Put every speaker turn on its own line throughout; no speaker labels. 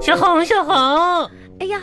小红，小红，
哎呀，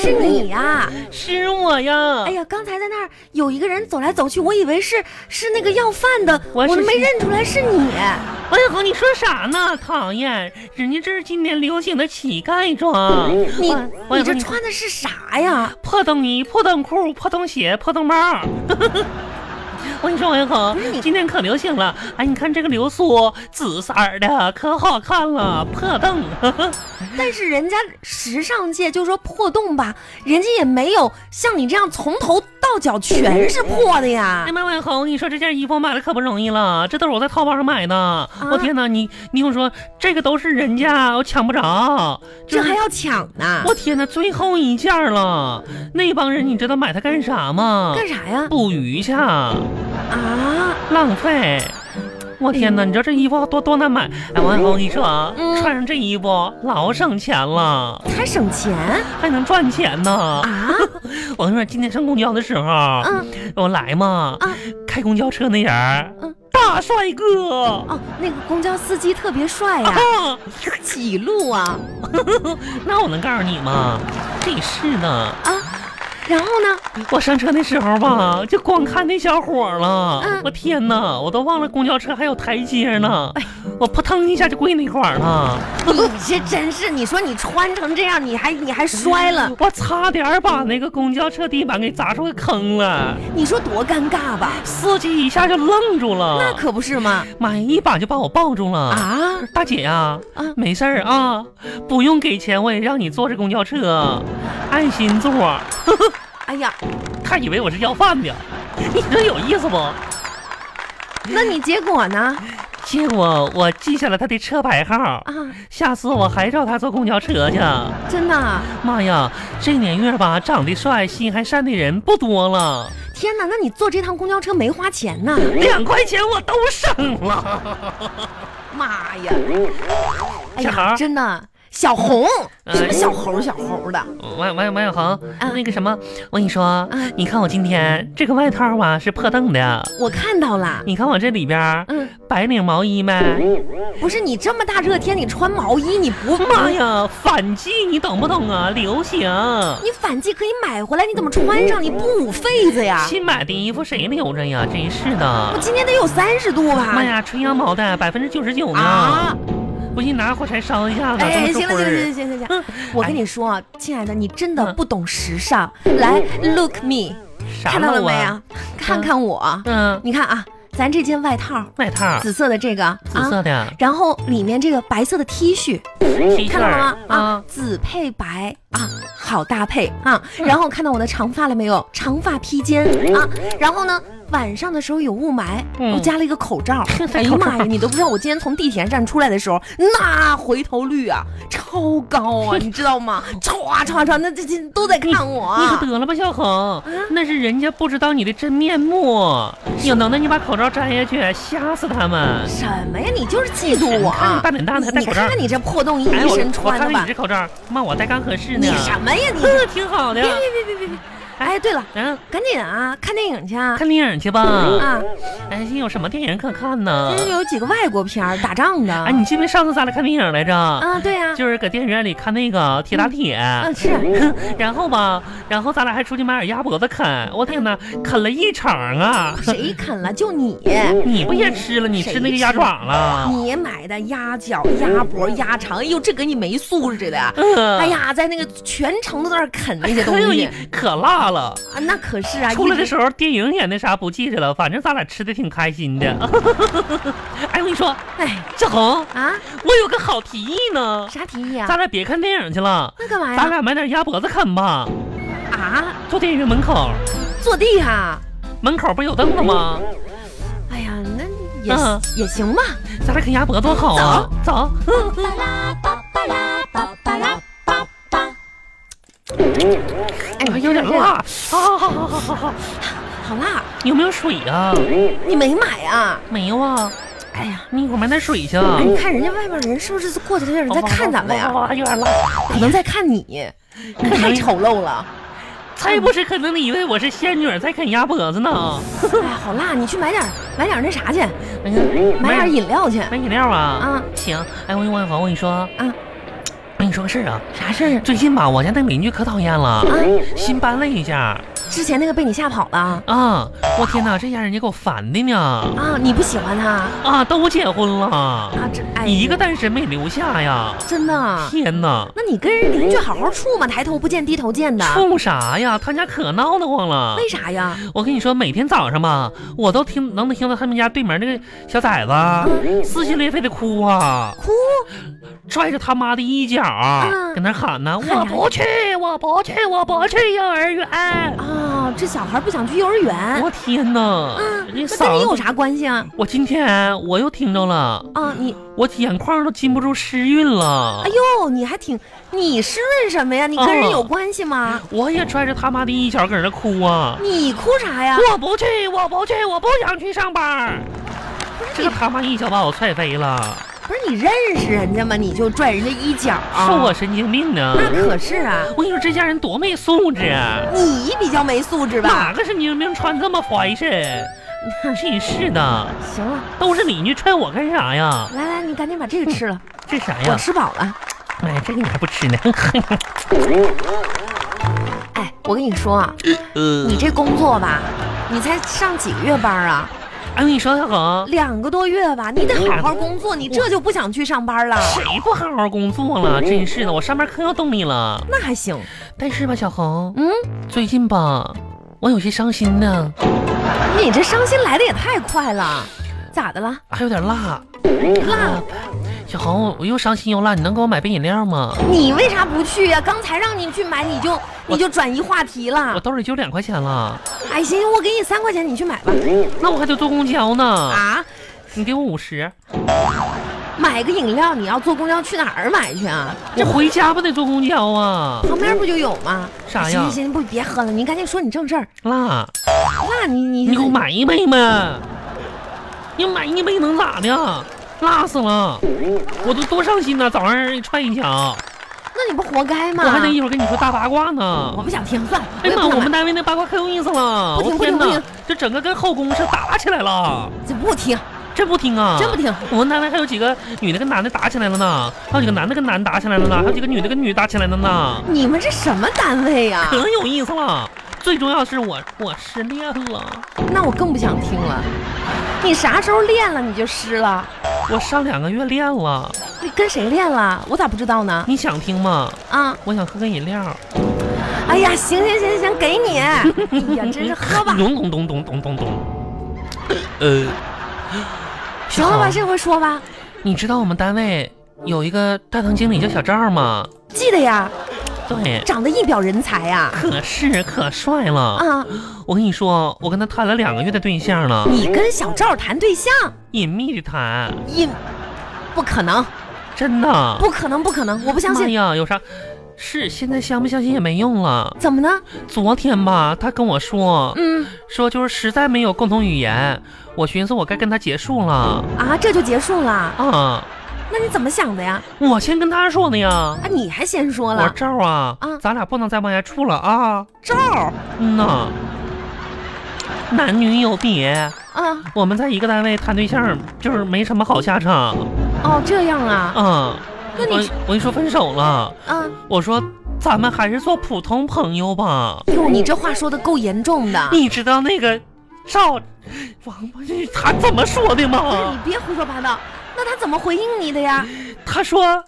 是你呀、
是我呀！
哎呀，刚才在那儿有一个人走来走去，我以为是是那个要饭的，
我
我
是
都没
谁
认出来 是你。
王小红，你说啥呢？讨厌，人家这是今年流行的乞丐装，
你
我我
你这
我
穿的是啥呀？
破灯衣、破灯裤、破灯鞋、破灯帽。 我跟你说，王小
是你
红，今天可流行了。哎，你看这个流苏紫色儿的，可好看了，破灯。
但是人家时尚界就说破洞吧，人家也没有像你这样从头到脚全是破的呀
哎。妈，万红，你说这件衣服我买的可不容易了，这都是我在淘宝上买的。
啊
我天哪，你你跟我说这个都是人家，我抢不着，就
这
是
还要抢呢？
我天哪，最后一件了。那帮人你知道买它干啥吗？
干啥呀？
捕鱼去，
啊，
浪费。我天哪，你知道这衣服多多难买？哎，王小红，你说啊，
哎嗯
穿上这衣服老省钱了，
还省钱
还能赚钱呢。
啊？
我跟你说，今天上公交的时候，
嗯
我来嘛，
啊
开公交车那人儿，
嗯
大帅哥。
哦，那个公交司机特别 帅呀、
啊，
几路啊？
那我能告诉你吗？这是呢，
然后呢？
我上车的时候吧，就光看那小伙儿了。
嗯
我天哪，我都忘了公交车还有台阶呢。
哎
我扑腾一下就跪那块儿了，
你这真是，你说你穿成这样，你还你还摔了，
我差点儿把那个公交车地板给砸出个坑了。
你说多尴尬吧？
司机一下就愣住
那
了，
可不是嘛！
妈呀，一把就把我抱住了。
啊，
大姐呀、
啊
没事儿啊，不用给钱，我也让你坐这公交车，爱心座。
哎呀，
他以为我是要饭的，你说有意思不？
那你结果呢？
结果我记下了他的车牌号，
啊，
下次我还找他坐公交车去。
真的啊，
妈呀，这年月吧，长得帅、心还善的人不多了，
天哪！那你坐这趟公交车没花钱呢？哎
两块钱我都省了。
妈呀！哎
小
呀，
猴
真的，小红，
哎
什么小猴小猴的？
王王王小航，
嗯
那个什么，我跟你说，你看我今天这个外套吧是破洞的，
啊我看到了。
你看我这里边儿
嗯，
白领毛衣没？
不是你这么大热天，你穿毛衣，你不
妈呀，反季你懂不懂啊？流行。
你反季可以买回来，你怎么穿上？你不捂痱子呀？
新买的衣服谁留着呀？真是
我
的。
今天得有三十度吧？
妈呀，纯羊毛的，百分之九十九呢
啊！！
不信拿火柴烧一下子。
哎，
这
行
么多
了行
灰
了
儿
行了行了行了，
嗯，
我跟你说啊，亲爱的，你真的不懂时尚。来，look me，
啥
看到了
漏
没
啊？
啊？看看我，
嗯，
你看啊，咱这件外套，
外套，
紫色的这个
紫
啊，
色的
然后里面这个白色的 T 恤，
T 恤
看到了吗
儿？
啊
啊，，
紫配白啊，好搭配啊。然后看到我的长发了没有？长发披肩啊。然后呢，晚上的时候有雾霾，
嗯。
我加了一个口罩
戴
哎
口罩
呀妈呀，你都不知道我今天从地铁站出来的时候，那回头率啊，超高啊，你知道吗？唰唰唰，那这这都在看我
你
啊
可。得了吧，小红，那是人家不知道你的真面目。有能耐你把口罩摘下去，吓死他们。
什么呀？你就是嫉妒我
看
啊
你！大脸蛋子还戴
你
口罩
看看你这破洞衣
哎，我
一身
我看
穿的
看
吧
你这，口罩，妈，我戴刚合适呢
你。什么呀你？
嗯，挺好的
别。别别别别别！哎，对了，
嗯，
赶紧啊，看电影去啊！
看电影去吧。
啊，
哎，有什么电影可看呢
其？实有几个外国片儿打仗的。
嗯哎，你记不记得上次咱俩看电影来着？
啊，对呀、
就是搁电影院里看那个《铁打铁》，
啊，是
然后吧，然后咱俩还出去买点鸭脖子啃。我天哪，啃了一场啊！
谁啃了？就你，
你不也吃了？你吃那个鸭爪了？
你买的鸭脚、鸭脖、鸭肠，哎呦，这跟你没素质的呀！
嗯，
哎，呀，在那个全程都在那儿啃那些东
可有
西
一哎可辣了。
啊，那可是啊，
出来的
一直
时候电影演的啥不记着了，反正咱俩吃的挺开心 的。哎，我跟你说，
哎
小红，
啊，
我有个好提议呢，
啥提议
咱
啊？
俩别看电影去了，
那干嘛
咱
呀？
俩买点鸭脖子啃吧。
啊，
坐电影院门口，
坐地啊！
门口不有凳子吗？
哎呀，那也、
嗯
也行吧。
咱俩啃鸭脖多好啊！走，
哎，
哎有点
这个
辣，好好好好好好好，
好辣，
有没有水啊？
你没买啊？
没有啊，
哎呀，
你一会儿买点水去。啊
哎，你看人家外面人是不是过去有点
哦
在看咱们呀？
哇，有点辣，
可能在看你，你太丑陋了。
才不是可能你以为我是仙女儿在啃鸭脖子呢。
哎，好辣！你去买点买点那啥去，买点饮料去。
买饮料啊？
哎啊
行。哎，我万芳，我跟你说啊，
啊
我跟你说个事儿啊。
啥事儿？
最近吧，我家那邻居可讨厌了，
啊，
新搬了一家
之前那个被你吓跑了啊？
啊！我天哪，这家人家给我烦的呢
你不喜欢他啊？
啊！都结婚了，
这啊哎，
一个单身没留下呀！
真的啊？
天哪，
那你跟人邻居好好处嘛，抬头不见低头见的，
冲啥呀？他家可闹得慌了。
为啥呀？
我跟你说，每天早上吧，我都听能听到他们家对门那个小崽子撕心裂肺的哭啊，
嗯哭嗯
拽着他妈的衣角，搁那喊呢：“
喊
我
啥
不去，我不去，我不去幼儿园
啊！这小孩不想去幼儿！”园，啊
我天哪，这
嗯那跟你有
嗓子！
啥关系啊？
我今天我又听着了，
啊，你
我眼眶都禁不住湿润了
哎。呦，你还挺你湿润什么呀？你跟人
嗯
有关系吗？
我也拽着他妈的衣角搁那哭啊！
你哭啥呀？
我不去，我不去，我不想去上班。
哎
这个他妈一脚把我踹飞了。
不是你认识人家吗？你就拽人家衣角啊？
说我神经病 呢？
那可是啊，
我跟你说，这家人多没素质啊！
你比较没素质吧？
哪个神经病穿这么怀身？真是的，
行了，
都是邻居踹我干啥呀？
来来，你赶紧把这个吃了，
这啥
我
呀？
吃饱了。
哎，这个你还不吃呢？
哎，我跟你说啊，
呃
你这工作吧，你才上几个月班啊？
哎，我跟你说，小狗，
两个多月吧，你得好好工作，你这就不想去上班了？
谁不好好工作了？真是的，我上班可有动力了。
那还行，
但是吧，小红，
嗯，
最近吧，我有些伤心呢，
你这伤心来的也太快了，咋的了？
还有点辣。嗯
辣，
小红，我又伤心又辣，你能给我买杯饮料吗？
你为啥不去呀、啊刚才让你去买，你就你就转移话题
我
了。
兜里就两块钱了，
哎，行，我给你三块钱，你去买吧。
那我还得坐公交呢。
啊，
你给我五十。
买个饮料，你要坐公交去哪儿买去啊？
这回家不得坐公交啊？
旁边不就有吗？
啥呀
行行行，不别喝了，你赶紧说你正事儿。
辣，
那你你
你给我买一杯呗！你买一杯能咋的？啊辣死了！我都多伤心呐！早上踹一脚，
那你不活该吗？
我还得一会儿跟你说大八卦呢
我。不想听，算了。
哎
也
呀妈！
不
我
想
们
买
单位那八卦可有意思了！
不
我
听不
天
听不
哪
听，
这整个跟后宫似的打起来了！
就不听，
这不听啊？
真不听。
我们单位还有几个女的跟男的打起来了呢，还有几个男的跟男的打起来了呢，还有几个女的跟女的打起来了呢，
你们这什么单位 呀、
可有意思了。最重要的是我我失恋了。
那我更不想听了。你啥时候练了你就湿了？
我上两个月练了，
你跟谁练了？我咋不知道呢？
你想听吗？
啊！
我想喝个饮料。
哎呀，行行行行，给你。哎呀，真是 喝吧，
咚咚咚咚咚咚咚。呃，
行了吧，这回说吧，
你知道我们单位有一个大堂经理叫小赵吗？
记得呀，
对，
长得一表人才呀、
可是可帅了。
啊！
我跟你说，我跟他谈了两个月的对象了，
你跟小赵谈对象，
隐秘的谈，
一不可能，
真的。
不可能，不可能，我不相
妈
信。
呀，有啥？是现在相不相信也没用了。
怎么呢？
昨天吧，他跟我说，
嗯
说就是实在没有共同语言，我寻思我该跟他结束了
啊，这就结束了？
啊。
那你怎么想的呀？
我先跟他说的呀。
啊，你还先说
我说
了，
赵啊，
啊
咱俩不能再往下处了啊。
赵
嗯呐，男女有别，
啊，
我们在一个单位谈对象，就是没什么好下场
哦，这样啊，
啊。
那
我
你
我跟你说分手了，
啊。
我说咱们还是做普通朋友吧。
哟，你这话说的够严重的。
你知道那个赵王八他怎么说的
不哎是你
吗？
别胡说八道，那他怎么回应你的呀？
他说
啊，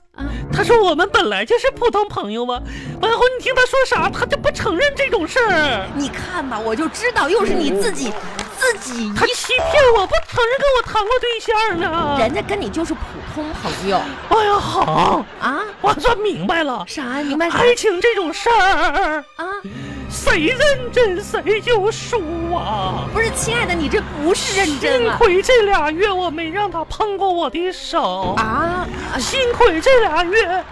他说我们本来就是普通朋友嘛。完后你听他说啥，他就不承认这种事儿。
你看吧，我就知道又是你自己，自己
他
一
欺骗我，不承认跟我谈过对象呢。
人家跟你就是普通朋友
哎呀，好，
啊？
我算明白了，
啥？明白啥
爱情这种事儿，
啊？
谁认真谁就输啊。
不是，亲爱的，你这不是认真啊
幸
了
亏这俩月我没让他碰过我的手，
啊？哎
幸亏这俩月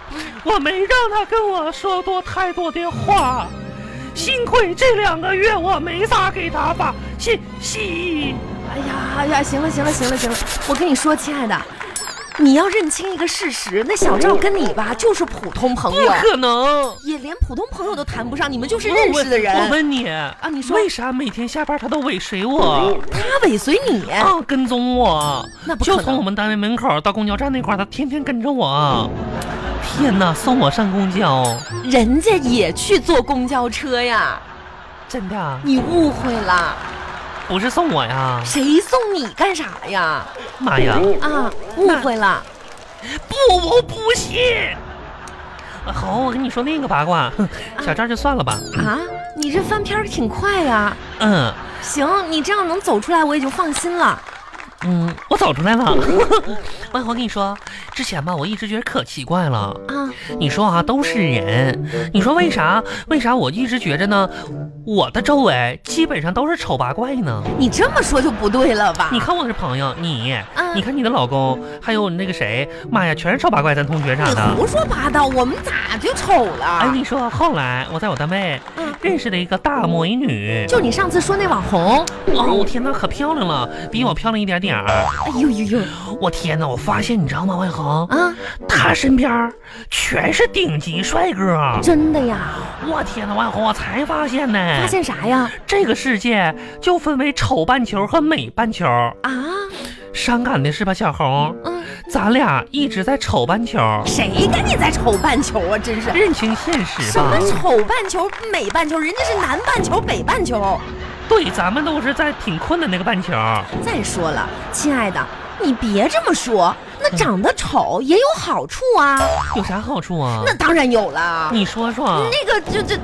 我没让他跟我说多太多的话，幸亏这两个月我没咋给他发信息。
哎呀哎呀，行了行了行了行了，我跟你说，亲爱的，你要认清一个事实，那小赵跟你吧就是普通朋
不
友，
可能。
也连普通朋友都谈不上，你们就是认识的人。
我问你
啊
啊
你说
为啥每天下班他都尾随我
他尾随你，
啊，跟踪我？
哎那不可
就
能
从我们单位门口到公交站那块儿，他天天跟着我。天哪，送我上公交，
人家也去坐公交车呀，
真的
你误会了，
不是送我呀？
谁送你干啥呀？
妈呀！
啊，误会了，
不，我不信。啊好，我跟你说那个八卦，哼小赵就算了吧。
啊，你这翻篇儿挺快呀。
嗯
行，你这样能走出来，我也就放心了。
嗯，我走出来了。
嗯
万 红，我跟你说，之前吧，我一直觉得可奇怪了。
啊，
你说啊，都是人，你说为啥？为啥我一直觉着呢？我的周围基本上都是丑八怪呢。
你这么说就不对了吧？
你，看我的朋友，你
嗯，
你看你的老公，还有那个谁，妈呀，全是丑八怪，咱同学啥
你
的。
胡说八道，我们咋就丑
哎，
了？
你说后来我在我单位
嗯
认识了一个大美女，
就你上次说那网红，
哦天呐，可漂亮了，比我漂亮一点点儿。
哎呦呦呦，
我天呐，我发现你知道吗，万恒，
啊，
她身边儿全是顶级帅哥。
真的呀？
我天呐，万恒，我才发现呢，
发现啥呀？
这个世界就分为丑半球和美半球。
啊，
伤感的是吧，小红？
嗯，
咱俩一直在丑半球，
谁跟你在丑半球啊？真是。
认清现实
什
吧
么。丑半球、美半球，人家是南半球、北半球。
对，咱们都是在挺困的那个半球。
再说了，亲爱的，你别这么说，那长得丑也有好处啊。
有啥好处啊？
那当然有了，
你说说，
那个就这，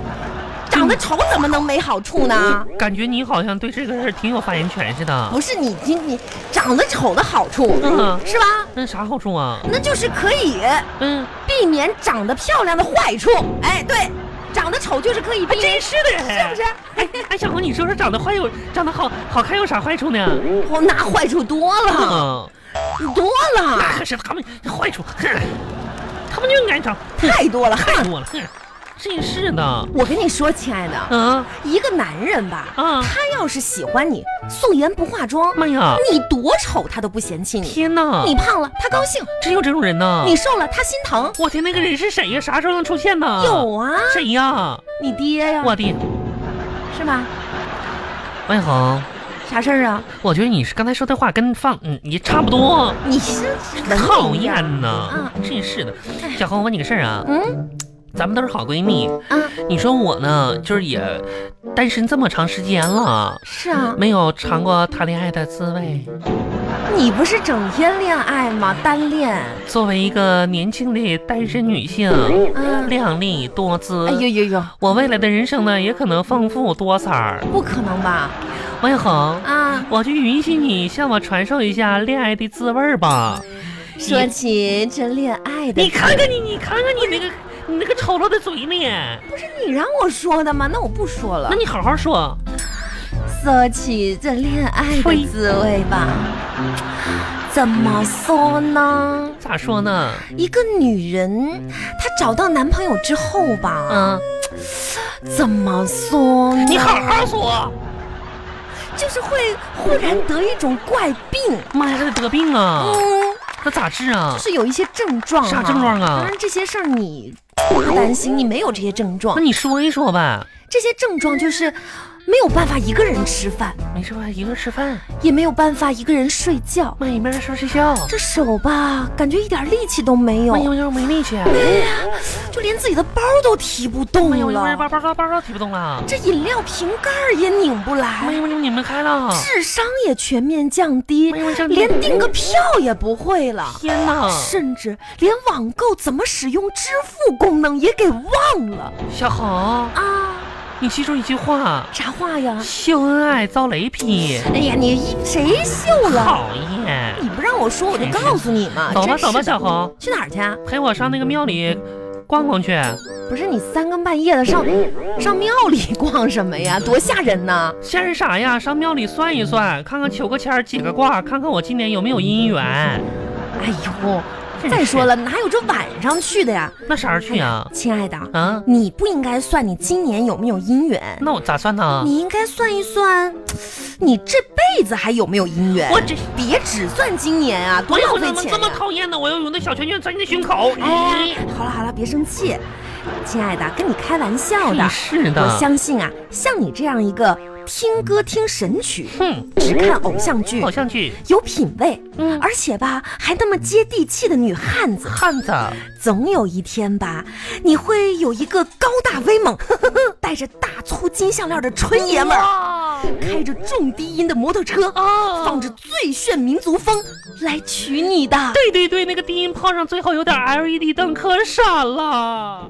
长得丑怎么能没好处呢？
感觉你好像对这个事儿挺有发言权似的。
不是你你你长得丑的好处，
嗯
是吧？
那啥好处啊？
那就是可以
嗯，
避免长得漂亮的坏处。哎，对，长得丑就是可以避免，
啊真是的，
是不是？？
哎，小红，你说说长得坏有长得好好看有啥坏处呢？
我哦那坏处多了，
嗯，
多了
啊那，可是他们坏处，哼，他们就应该长
太多了。
太多了，哼，真是的。
我跟你说，亲爱的，
嗯
一个男人吧，
啊，
他要是喜欢你，素颜不化妆，
妈呀，
你多丑他都不嫌弃你；
天啊哪，
你胖了，他高兴；
真有这种人呐？
你瘦了，他心疼。
我天，那个人是谁呀？啥时候能出现呢？
有啊，
谁呀？
你爹呀，
我的
是吧？
万恒，
啥事儿啊？
我觉得你是刚才说的话跟放嗯也差不多。
你是
讨厌呐
啊！
真是的
哎，
小红，我问你个事儿啊，
嗯
咱们都是好闺蜜，
啊，
你说我呢，就是也单身这么长时间了，
是啊，
没有尝过谈恋爱的滋味。
你不是整天恋爱吗？单恋。
作为一个年轻的单身女性，
嗯，
靓丽多姿，
哎呦呦呦，
我未来的人生呢也可能丰富多彩儿。
不可能吧？
万恒，
啊，
我就允许你向我传授一下恋爱的滋味儿吧。
说起这恋爱的，
你看看你，你看看你那个你那个丑陋的嘴脸，
你让我说的吗？那我不说了
那。你好好说。
说起这恋爱的
呸
滋味吧，怎么说呢？
咋说呢？
一个女人她找到男朋友之后吧，
嗯，
怎么说呢？
你好，好说。
就是会忽然得一种怪病，
妈呀，这得病啊！
嗯，
那咋治啊
就？是有一些症状、
啥症状啊
当然这些事儿你不担心，你没有这些症状
那。你说一说呗。
这些症状就是没有办法一个人吃饭，
没事吧？一个人吃饭，
也没有办法一个人睡觉。
妈一边说睡觉，
这手吧，感觉一点力气都没有
妈，有有没力气，啊
就连自己的包都提不动
妈有有
了。
包包包包包提不动了，
这饮料瓶盖儿也拧不
妈
来，
有有你们开了，
智商也全面降低
妈，有像
连订个票也不会了，
天呐，
甚至连网购怎么使用支付功能也给忘了
小红，
啊！
你记住一句话，
啥话呀？
秀恩爱遭雷劈，
哎呀，你一谁秀了？
讨厌。
你不让我说，我就告诉你嘛。
走吧
真是的
走吧，小红，
去哪儿去啊？
陪我上那个庙里逛逛去。
不是你三更半夜 的上上庙里逛什么呀？多吓人呐！
先是啥呀？上庙里算一算，看看求个签儿解个卦，看看我今年有没有姻缘。
哎呦，
真
再
是
说了，哪有这晚上去的呀？
那啥时候去呀？
亲爱的，
啊，
你不应该算你今年有没有姻缘，
那我咋算呢？
你应该算一算，你这辈子还有没有姻缘。
我这
别只算今年啊，多
我
浪
有
费
怎么
钱
这么
呀！
讨厌呢？我要用那小拳拳捶你的胸口！
哎，好了好了，别生气，亲爱的，跟你开玩笑的
真。哦是
我
的，
相信啊，像你这样一个听歌听神曲，
哼，
只看偶像剧
嗯偶，像剧，
有品味，
嗯，
而且吧还那么接地气的女汉子，
汉子，
总有一天吧，你会有一个高大威猛、 呵呵呵戴着大粗金项链的纯爷们儿，
哇
开着重低音的摩托车，
哦，
放着最炫民族风来娶你的。
E 对对对，那个低音炮上最后有点 LED 灯可闪了。